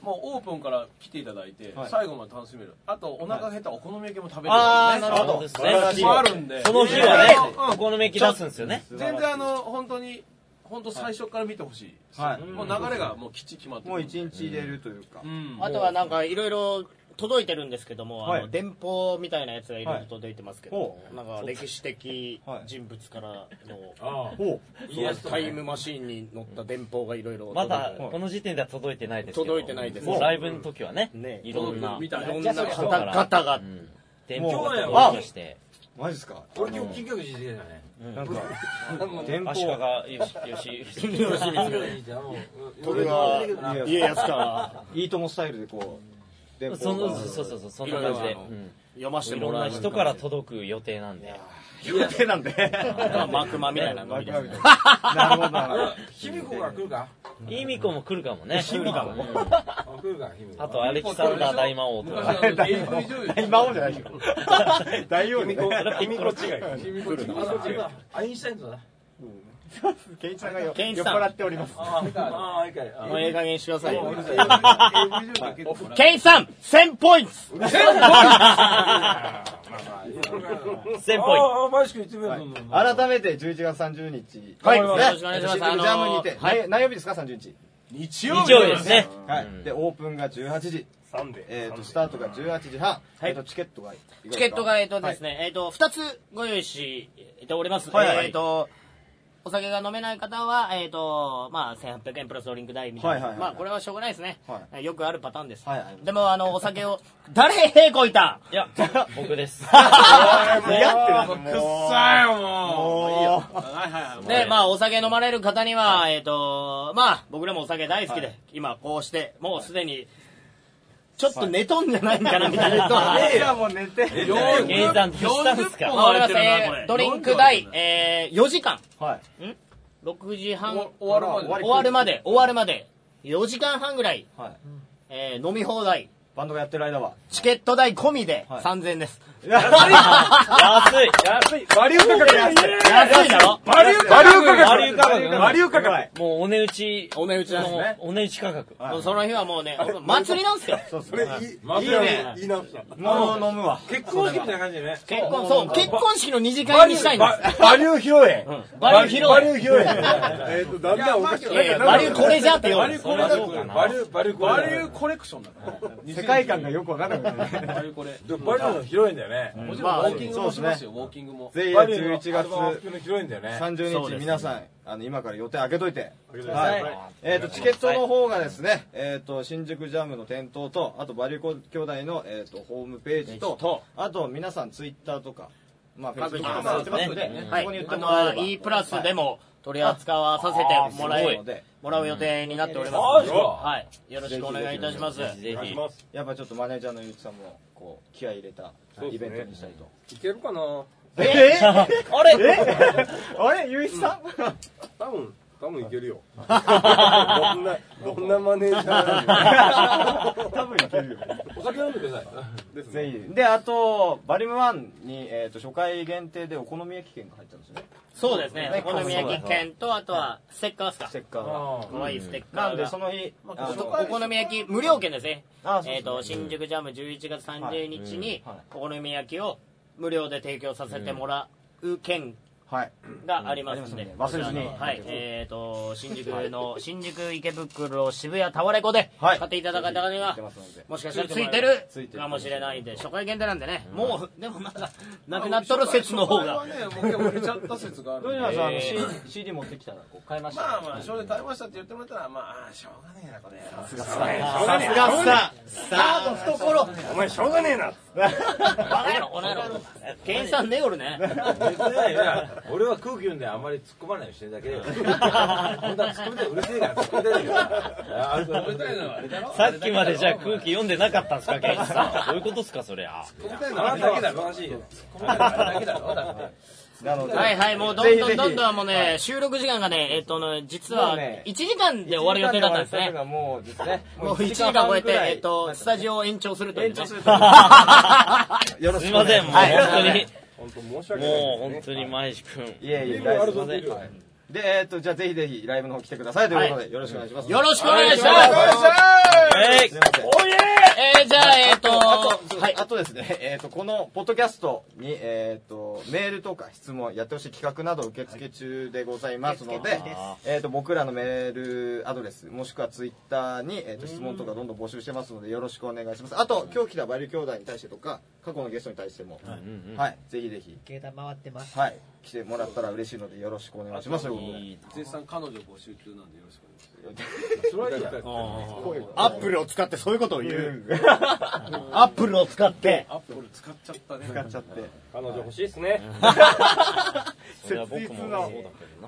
Speaker 2: もうオープンから来ていただいて、
Speaker 3: はい
Speaker 2: 最後まで楽しめる。あと、お腹減ったらお好み焼きも食べれる、ね。
Speaker 3: あーなるほど
Speaker 4: そうですね
Speaker 2: もあるんで。
Speaker 4: その日はね
Speaker 2: うん
Speaker 4: お好み焼き出すんですよね
Speaker 2: 全然あの、本当に、本当最初から見てほしい。
Speaker 3: はい
Speaker 2: もう流れがもうきっちり決まってる
Speaker 3: もう一日入れるというか
Speaker 2: うん。
Speaker 7: あとはなんかいろいろ届いてるんですけども、
Speaker 3: はい
Speaker 7: あの電報みたいなやつがいろいろ届いてますけど、
Speaker 3: お
Speaker 7: なんか歴史的
Speaker 3: はい
Speaker 7: 人物からの
Speaker 8: あ
Speaker 3: お
Speaker 7: タイムマシーンに乗った電報がいろいろ
Speaker 4: ま
Speaker 7: 届いて
Speaker 4: だこの時点では届いてないですけど
Speaker 7: 届いてないです
Speaker 4: もうライブの時はね
Speaker 7: ね
Speaker 4: いろんな
Speaker 2: みたい
Speaker 7: いろん
Speaker 2: な。
Speaker 7: な方々が、
Speaker 4: 伝票が
Speaker 3: もうあ
Speaker 4: 届いてきて
Speaker 3: マジですか
Speaker 8: 俺今日金額実現だね
Speaker 3: なんか電
Speaker 4: 足利がよしよし
Speaker 7: よし
Speaker 8: 金額実現もう
Speaker 7: 俺が家康から
Speaker 3: いいともスタイルでこう電
Speaker 4: その
Speaker 3: が
Speaker 4: そうそうそうそんな感じで
Speaker 7: いろいろあの
Speaker 4: うん
Speaker 7: 読ませて
Speaker 4: いろ
Speaker 7: も
Speaker 4: ん
Speaker 7: ら
Speaker 4: な
Speaker 7: う
Speaker 4: 人から届く予定なんで
Speaker 3: 予定なんで
Speaker 7: あとはマクマみたいなのみですね
Speaker 3: なるほどなるほど
Speaker 8: 卑弥呼が来るか
Speaker 4: 卑弥呼も来るかもね卑弥呼
Speaker 8: あ来るか卑弥呼
Speaker 4: あとアレキサンダー大魔王と
Speaker 2: 昔
Speaker 4: か
Speaker 2: あの、AV 女優
Speaker 3: 大魔王じゃないでしょ大王に
Speaker 4: 卑弥呼違い
Speaker 8: アインシュタインとだ
Speaker 3: ケンイチさんがよ
Speaker 7: ケンイチ
Speaker 3: 酔っ
Speaker 7: さん
Speaker 3: 払っております
Speaker 8: あああいいかい
Speaker 7: もうええ加減にしてくださいよ
Speaker 2: あ
Speaker 7: ケイさん1000ポイント
Speaker 4: 1000ポイント
Speaker 8: あマイシ君言ってみよう
Speaker 3: 改めて11月30日
Speaker 7: はい
Speaker 3: ね
Speaker 7: よろしくお願いします
Speaker 3: 新宿ジャムにて
Speaker 7: あのは
Speaker 3: な何曜日ですか30日
Speaker 2: 日
Speaker 4: 以上ですね
Speaker 3: はいでオープンが18時
Speaker 8: サンデ
Speaker 3: えーとスタートが18時半
Speaker 7: い
Speaker 3: えーとチケットがいくらですか
Speaker 7: チケットがえっとですね、えっと2つご用意しております、
Speaker 3: はいはい
Speaker 7: えっとお酒が飲めない方は、えっ、と、まあ、1800円プラスドリンク代みたいな。
Speaker 3: はいはいはい
Speaker 7: まあ、これはしょうがないですね。よくあるパターンです。
Speaker 3: はいはい
Speaker 7: でも、あの、お酒を、 誰へこいた
Speaker 4: いや、僕 です。
Speaker 3: やってる
Speaker 2: くっさいよ、もう。
Speaker 3: もういいよ
Speaker 2: はいはいはい。
Speaker 7: で、まあ、お酒飲まれる方には、えっ、と、まあ、僕らもお酒大好きで、今、こうして、もうすでに、ちょっと寝とんじゃないかな、みたいな。
Speaker 3: いやもう寝て
Speaker 2: よ
Speaker 4: 計算どうしたんですか
Speaker 7: わかりま
Speaker 2: 40
Speaker 7: す
Speaker 2: 分
Speaker 7: えードリンク代、えー、4時間。
Speaker 3: は
Speaker 7: 6時半、
Speaker 2: お終わるまで。
Speaker 7: 終わるまで、終わるまで、4時間半ぐらい、
Speaker 3: はい
Speaker 7: えー飲み放題、
Speaker 3: バンドがやってる間は
Speaker 7: チケット代込みで
Speaker 3: はい
Speaker 7: 3000円です。
Speaker 4: 安い
Speaker 3: 安いバリュー価格安い
Speaker 7: 安いだろ
Speaker 3: バリュー価格
Speaker 4: バリュー価格
Speaker 3: バリュー価格
Speaker 4: もうお値打ち、
Speaker 7: お値打ちだ
Speaker 4: もう
Speaker 7: ね。
Speaker 4: お値打ち価格。
Speaker 7: もうその日はもうね、祭りなんすよ。
Speaker 3: そうそ
Speaker 8: こ
Speaker 3: う
Speaker 8: れいい、いいね。いいな。
Speaker 3: もう飲むわ
Speaker 8: 結婚式みたいな感じでね。
Speaker 7: 結婚、そう、結婚式の二次会にしたいんです。
Speaker 3: バリュー披露宴
Speaker 7: バリュー広い。
Speaker 3: ー披露宴
Speaker 8: えっと、だんだんおかしく
Speaker 7: い
Speaker 8: な
Speaker 7: や
Speaker 8: ってき
Speaker 7: いや
Speaker 8: た
Speaker 7: バリューこれじゃって言わ
Speaker 8: バ
Speaker 7: れ
Speaker 8: リュ
Speaker 7: る
Speaker 8: ー
Speaker 4: そ
Speaker 8: これ
Speaker 4: りゃ
Speaker 8: だ
Speaker 4: そう
Speaker 8: と
Speaker 4: かな
Speaker 8: バリュー、バリューこれだ
Speaker 2: バ
Speaker 8: よ
Speaker 2: リューコレクションだから。
Speaker 3: 世界観がよくわからなくてね
Speaker 2: バリューこれ。
Speaker 8: でもバリューの広いんだよね。
Speaker 2: もちろんウォーキングもしますよ、ウォーキングも。
Speaker 3: ぜひ
Speaker 8: バリューの
Speaker 3: 11月
Speaker 8: アルバム含め広いんだよね。
Speaker 3: 30日皆さんあの今から予定開けといて
Speaker 8: はい
Speaker 3: えー、とチケットの方がですね、えー、と新宿ジャムの店頭とあとバリュー兄弟の、えー、とホームページとあと皆さんツイッターとか、まあ、フェイスブックとかやってますので、
Speaker 7: は
Speaker 3: ここに言っ。
Speaker 7: い
Speaker 3: て
Speaker 7: あ
Speaker 3: も
Speaker 7: と
Speaker 3: ら
Speaker 7: は
Speaker 3: えれば
Speaker 7: E プラスでも取り扱わさせてもら
Speaker 3: はい
Speaker 7: え
Speaker 3: の、で
Speaker 7: もらう予定になっておりま
Speaker 8: あ
Speaker 7: す。
Speaker 8: そう
Speaker 7: はい。よろしくお願いいたします。
Speaker 4: ぜひぜ
Speaker 8: お願い
Speaker 4: ひ
Speaker 8: し。ます。
Speaker 3: やっぱちょっとマネージャーのゆうきさんもこう気合い入れた
Speaker 8: そう
Speaker 3: イ
Speaker 8: です
Speaker 3: ベ
Speaker 8: ね
Speaker 3: ントにしたいと、
Speaker 2: いけるかな
Speaker 3: ええー、
Speaker 4: あれ
Speaker 3: あれゆうきさん
Speaker 8: 多分、多分いけるよ。どんな、どんなマネージャーなの
Speaker 3: 多分いけるよ
Speaker 8: お酒飲んでください。ですね。
Speaker 3: ぜひであとバリューム1に、えー、と初回限定でお好み焼き券が入ったんですよね
Speaker 7: そうですね。
Speaker 3: ね
Speaker 7: お好み焼き券と、あとは、ステッカーですか
Speaker 3: ス。テッカーが
Speaker 8: あ
Speaker 7: 可愛いステッカ
Speaker 3: な
Speaker 7: ー
Speaker 3: んで
Speaker 7: が
Speaker 3: そ。の日あの
Speaker 7: お好み焼き無料券ですね。
Speaker 3: あそう
Speaker 7: えっ
Speaker 3: そう
Speaker 7: と、新宿ジャム11月30日に
Speaker 3: はいうんはい、
Speaker 7: お好み焼きを無料で提供させてもらう券
Speaker 3: はい
Speaker 7: がありますので、
Speaker 3: うんありますので忘れずに
Speaker 7: こちらのはい、えっと、新宿の、新宿池袋渋谷タワレコで
Speaker 3: はい
Speaker 7: 買っていただいた方に
Speaker 3: やっ
Speaker 7: は
Speaker 3: て、ますので
Speaker 7: もしかしたらついてる
Speaker 3: ついてる
Speaker 7: かもしれないんで、初回限定なんでね、もう、でもまだ、なくなっとる説の方 が
Speaker 2: こ。れはね、もう今日売れちゃった説があるん
Speaker 3: どう
Speaker 2: で。
Speaker 3: いう
Speaker 2: ま
Speaker 3: の
Speaker 2: あ
Speaker 3: さんあの
Speaker 7: えー
Speaker 3: C- CD 持ってきたらこう買いました
Speaker 2: まあ、それで買いましたって言ってもらったら、まあ、しょうがねえな、これ。さすが
Speaker 3: さすがさ
Speaker 7: さあ、懐。
Speaker 8: お前しょうがねえな。
Speaker 7: バカ野郎、この野郎。計算ねえ、俺ね。
Speaker 8: 別にないや俺は空気読んであんまり突っ込まないようにしてるだ けだよ。本当は突っ込みたい、うるせえから突っ込みたいんだけどああれだ
Speaker 2: みたいなのはあれだろ
Speaker 4: さっきまでじゃあ空気読んでなかったんですか、ケンジさん。どういうことですか、そりゃ。
Speaker 8: けだろ。あなたは素晴らしいよ。
Speaker 2: だけだろだって
Speaker 3: なので
Speaker 7: はいはい、もうどんど
Speaker 3: ぜ
Speaker 7: ん
Speaker 3: ひぜ
Speaker 7: ど
Speaker 3: ひ
Speaker 7: んどんもうね、収録時間がね、えっとね、実
Speaker 3: も
Speaker 7: は
Speaker 3: うね
Speaker 7: 1時間で終わる予定だったんですね。
Speaker 3: もうですね
Speaker 7: もう1時間超えて、えっと、スタ
Speaker 3: ジ
Speaker 7: ジオを延長するという、ね。
Speaker 3: 延長する
Speaker 4: よろしくお願いし ます。すいません、もう本当に。
Speaker 8: 本当申し訳ない。
Speaker 4: もう本当に前石君。
Speaker 3: いえいえ
Speaker 8: いろいろあるぞ
Speaker 3: 大丈夫です
Speaker 8: はい
Speaker 3: でえっとじゃあぜひぜひライブの方来てくださいということでよろしくお願いします
Speaker 7: よろしくお願いし
Speaker 3: お
Speaker 7: ま
Speaker 3: 願いし
Speaker 7: す
Speaker 4: えい
Speaker 3: すいません
Speaker 7: えー、じゃあ、えっと、
Speaker 3: あと、
Speaker 7: は
Speaker 3: はいい、。あとですね、 えっ、と、このポッドキャストに、えっ、と、メールとか質問、やってほしい企画など受付中でございますので、えっ、と、僕らのメールアドレス、もしくはツイッターに、えっ、と、質問とかどんどん募集してますので、よろしくお願いします。あと、今日来たバリュー兄弟に対してとか、過去のゲストに対しても、はい、ぜひぜひ、
Speaker 5: 携帯回ってます。
Speaker 3: はい、来てもらったら嬉しいので、よろしくお願いします。ということで
Speaker 2: 絶賛彼女募集中なんでよろしくお願いします。
Speaker 8: それはいいから。
Speaker 7: アップルを使ってそういうことを言う。アップルを使って。
Speaker 2: アップル使っちゃったね。
Speaker 3: 使っちゃって。
Speaker 8: 彼女欲しいですね。
Speaker 4: それは僕もそうだけどな。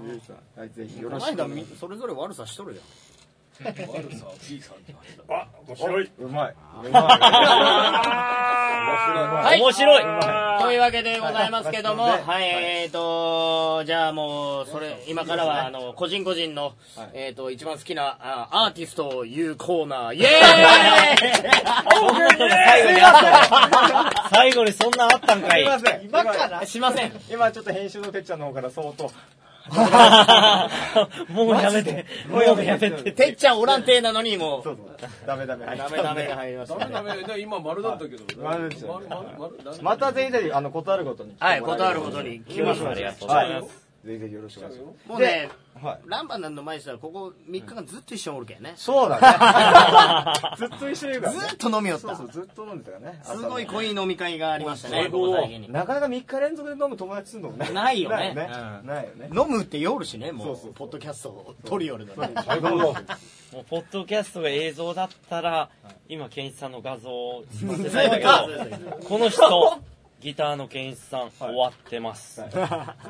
Speaker 3: ゆうきさんはい、ぜひよ
Speaker 7: こ
Speaker 3: ろ
Speaker 7: の
Speaker 3: しくお
Speaker 7: 間
Speaker 3: 願いし
Speaker 7: みそれぞれ悪さしとるじ
Speaker 2: 悪さは B さんに
Speaker 8: あ、面白い。
Speaker 3: ます。うまい。う まい。
Speaker 7: ゃん。はい。
Speaker 4: 面白い
Speaker 7: というわけでございますけども、
Speaker 3: は
Speaker 7: はいい、えーと、じゃあもう、それ、今からは、あの、個人個人の、えーと、一番好きなあアーティストを言うコーナー、イエ
Speaker 4: そんなこと最後にあったの最後にそんなあったんか
Speaker 3: す
Speaker 4: い。
Speaker 3: いません。
Speaker 5: 今から
Speaker 7: ーイしません。
Speaker 3: 今ちょっと編集のてっちゃんの方から相 当
Speaker 4: もうやめて。もうやめて。
Speaker 7: てっちゃんおらんてえなのに、も
Speaker 3: そう
Speaker 7: う、
Speaker 3: そうダメダメ
Speaker 7: ダメダメが入りまし
Speaker 2: ダ
Speaker 7: た
Speaker 2: メダ
Speaker 7: ね。
Speaker 2: メ。で今丸だったけど。
Speaker 3: 丸ですよ
Speaker 2: 丸丸丸
Speaker 3: またぜひぜひあの断ることに
Speaker 7: はい、断ることに聞きましょう。
Speaker 4: ありがとうございます。
Speaker 3: ぜひぜひよろしくお願いしま
Speaker 7: もうね、
Speaker 3: す。はい。
Speaker 7: ランバンなんの前にしたら、ここ3日間ずっと一緒におるけんね。
Speaker 3: そうだ ね。ずっと一緒にいるからね。
Speaker 7: ずっと飲みよった
Speaker 3: そうそう、ずっと飲んでたからね。
Speaker 7: すごい濃
Speaker 3: い。
Speaker 7: い飲み会がありましたね、ここ最近に。
Speaker 3: なかなか3日連続で飲む友達すんのもね。
Speaker 7: ないよね
Speaker 3: ないないよね。
Speaker 7: 飲むって夜しね、も
Speaker 3: そうそう
Speaker 7: う、ポッドキャストを撮りよるのね。
Speaker 3: 最高 の。
Speaker 4: もうポッドキャストが映像だったら今健一さんの画像を済ませたいんだけどこの人ギターの健一さん終わってます
Speaker 3: そ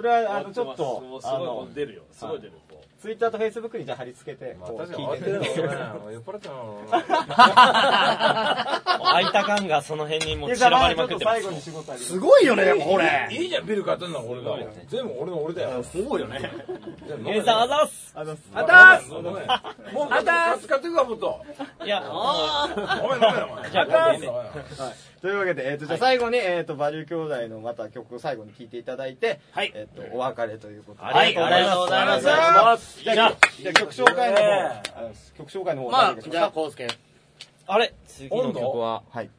Speaker 3: れは、あの、ちょっ
Speaker 2: も
Speaker 3: と
Speaker 2: う、すご
Speaker 3: あ
Speaker 2: いも
Speaker 3: の
Speaker 2: う、出るよすごい出るこう
Speaker 3: ツイッターとフェイスブックにじゃあ貼り付けて、こう
Speaker 8: 確かに
Speaker 3: 聞いてるんです
Speaker 8: 終
Speaker 3: よ。
Speaker 8: わ ってるの酔っ払ったのかな
Speaker 4: 空いた感がその辺にもう
Speaker 3: で、
Speaker 4: 散
Speaker 3: じゃあ
Speaker 4: らば
Speaker 3: まあ
Speaker 4: り
Speaker 3: ちょ
Speaker 4: ま
Speaker 3: っ
Speaker 4: くっ
Speaker 3: と
Speaker 4: てま
Speaker 3: 最
Speaker 4: す
Speaker 3: 後に仕事あります
Speaker 7: すごいよね、でもこれ。
Speaker 8: いいじゃんビル買ったんだ俺だ全部俺の俺だよ
Speaker 7: すごいよね。
Speaker 4: 健一さんあざっす
Speaker 3: あの、
Speaker 8: あたーすもうあたーす買ってくわもっと
Speaker 4: いやも
Speaker 8: ごめんごめんお前
Speaker 4: じゃあ
Speaker 8: す
Speaker 3: というわけで、えっ、と、じゃあ最後に、えっ、と、バリュー兄弟のまた曲を最後に聴いていただいて、
Speaker 7: はい
Speaker 3: えっ、と、お別れということで。
Speaker 4: はい
Speaker 3: ありがとうございます。
Speaker 7: ありがとうござい
Speaker 3: ますじゃあ、じゃあ曲紹介の方、あの曲紹介の方、
Speaker 7: まあ
Speaker 3: 何、かし
Speaker 7: じゃあ、
Speaker 3: か
Speaker 7: コウスケ。
Speaker 4: うあれ次の曲は
Speaker 3: はい。
Speaker 7: い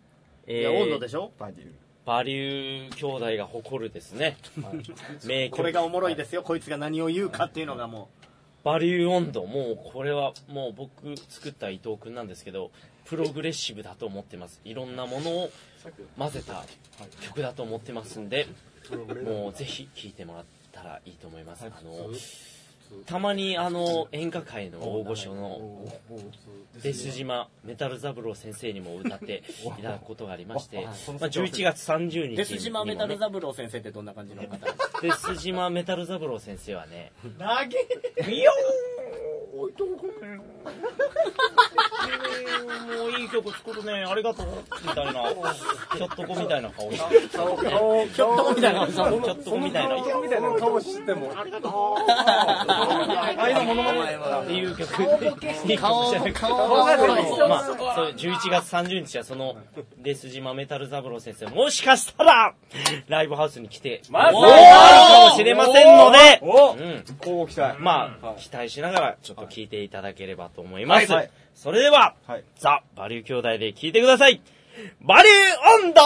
Speaker 4: え
Speaker 7: や、
Speaker 4: ー
Speaker 7: 温度でしょ
Speaker 3: バリュー。
Speaker 4: バリュー兄弟が誇るですね名曲
Speaker 7: これがおもろいですよ、こいつが何を言うかっていうのがも
Speaker 4: バリュー温度もうこれはもう僕作った伊藤君なんですけどプログレッシブだと思ってますいろんなものを混ぜた曲だと思ってますんでもうぜひ聴いてもらったらいいと思いますあのたまにあの演歌界の大御所の出島メタル三郎先生にも歌っていただくことがありまして、まあ、11月30日に
Speaker 7: う。
Speaker 4: もね
Speaker 7: デス島メタル三郎先生ってどんな感じの方
Speaker 4: デ ス島メタル三郎先生はね
Speaker 7: 投げ
Speaker 4: もういい曲作るね、ありがとう、みたいな、ひょっとこみたいな顔して、ひ
Speaker 7: ひょっとこみたいな感じなの
Speaker 4: ょっとこみたいな、
Speaker 2: みたいな顔しても
Speaker 3: あ、今、モノマネ
Speaker 4: っていう曲で、顔
Speaker 7: 顔
Speaker 4: まあ、そ
Speaker 7: 顔
Speaker 4: う11月30日はその、デス島メタル三郎先生、もしかしたら、ライブハウスに来て、まあ、かもしれませんので、
Speaker 3: お
Speaker 4: うん
Speaker 3: こう期待。
Speaker 4: まあ、期待しながら、ちょっと聞いていただければと思います。
Speaker 3: はいはい
Speaker 4: それでは、
Speaker 3: はい
Speaker 4: ザ・バリュー兄弟で聞いてください。バリュー温度、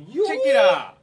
Speaker 3: チェキラ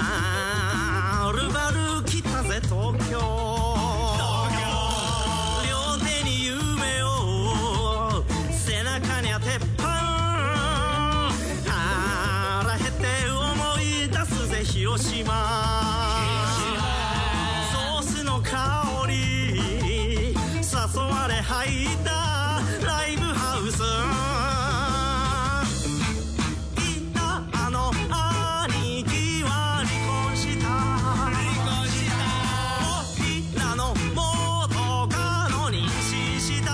Speaker 9: あーるばる来たぜ東京両手に夢を背中には鉄板腹減って思い出すぜ広島ソースの香り誘われ入ったライブハウスたあの兄貴は離婚したみんなの元カノに死した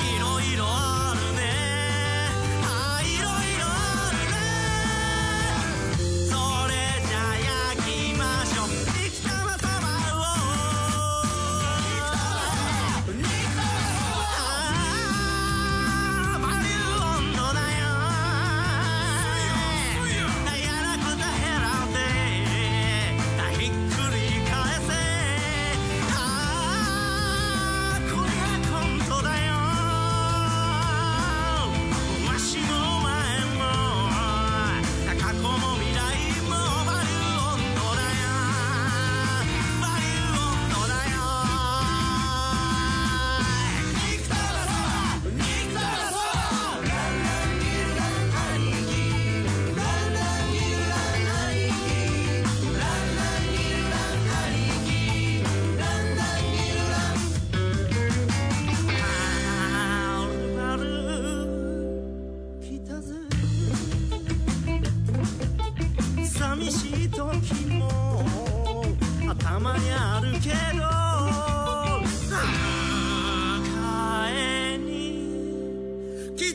Speaker 9: いろいろあるねあいろいろあるねそれじゃ焼きましょう生玉まを生きたままバリュー温度だよやらくた減らんでひっくり返せああこれがコントだよわしもお前も過去も未来もバリュー温度だよバリュー温度だよ肉だらそう肉だらそうあるある来たぜ寂しい時も頭にあるけどああ帰り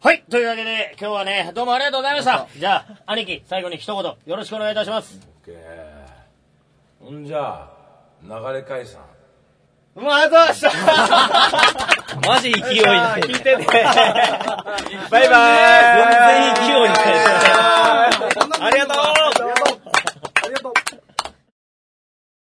Speaker 7: はい。というわけで、今日はね、どうもありがとうございました。じゃあ、兄貴、最後に一言、よろしくお願いいたします。
Speaker 6: ほんじゃあ流れ解散
Speaker 3: もうありがとうございました
Speaker 4: マジ勢いだね
Speaker 3: バイバイ